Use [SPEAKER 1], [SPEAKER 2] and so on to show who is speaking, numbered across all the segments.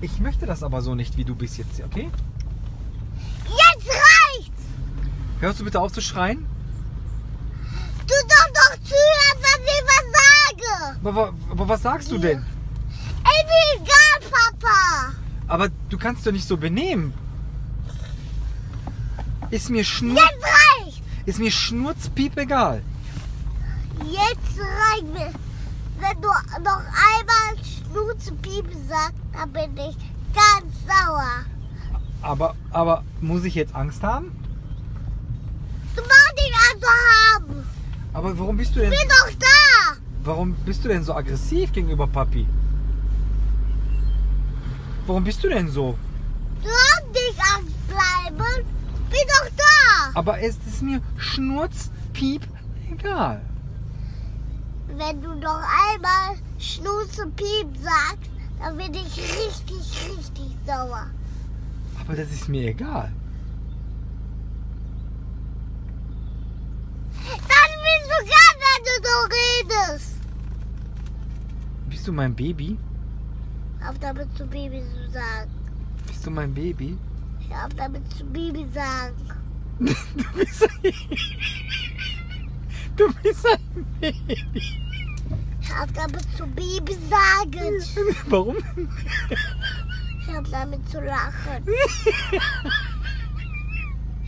[SPEAKER 1] Ich möchte das aber so nicht, wie du bist jetzt, okay?
[SPEAKER 2] Jetzt reicht's!
[SPEAKER 1] Hörst du bitte auf zu schreien?
[SPEAKER 2] Du doch doch zuhören, was ich was sage!
[SPEAKER 1] Aber, wa- aber was sagst du denn?
[SPEAKER 2] Ey, mir egal, Papa!
[SPEAKER 1] Aber du kannst doch nicht so benehmen. Ist mir schnur,
[SPEAKER 2] Jetzt reicht's!
[SPEAKER 1] ist mir schnurzpiep egal.
[SPEAKER 2] Jetzt reicht's mir! Wenn du noch einmal Schnuzenpiep sagst, dann bin ich ganz sauer.
[SPEAKER 1] Aber, aber muss ich jetzt Angst haben?
[SPEAKER 2] Du brauchst nicht also haben!
[SPEAKER 1] Aber warum bist du denn,
[SPEAKER 2] Bin doch da!
[SPEAKER 1] warum bist du denn so aggressiv gegenüber Papi? Warum bist du denn so?
[SPEAKER 2] Du hast nicht Angst bleiben! Bin doch da!
[SPEAKER 1] Aber es ist mir schnurzpiep egal.
[SPEAKER 2] Wenn du noch einmal Schnuze Piep sagst, dann bin ich richtig, richtig sauer.
[SPEAKER 1] Aber das ist mir egal.
[SPEAKER 2] Dann bist du ganz, wenn du so redest.
[SPEAKER 1] Bist du mein Baby?
[SPEAKER 2] Auf damit zu Baby zu sagen.
[SPEAKER 1] Bist du mein Baby?
[SPEAKER 2] Hör Auf damit zu Baby sagen.
[SPEAKER 1] Du bist ein, du bist ein Baby.
[SPEAKER 2] Hör Auf damit zu Baby sagen.
[SPEAKER 1] Warum?
[SPEAKER 2] Hör Auf damit zu lachen.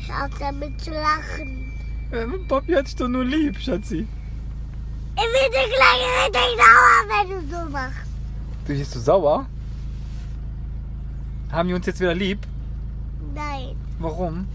[SPEAKER 2] Hör Auf damit zu lachen.
[SPEAKER 1] Papi hat dich doch nur lieb, Schatzi.
[SPEAKER 2] Ich bin dir gleich richtig sauer, wenn du so machst.
[SPEAKER 1] Du bist so sauer? Haben wir uns jetzt wieder lieb?
[SPEAKER 2] Nein,
[SPEAKER 1] Warum?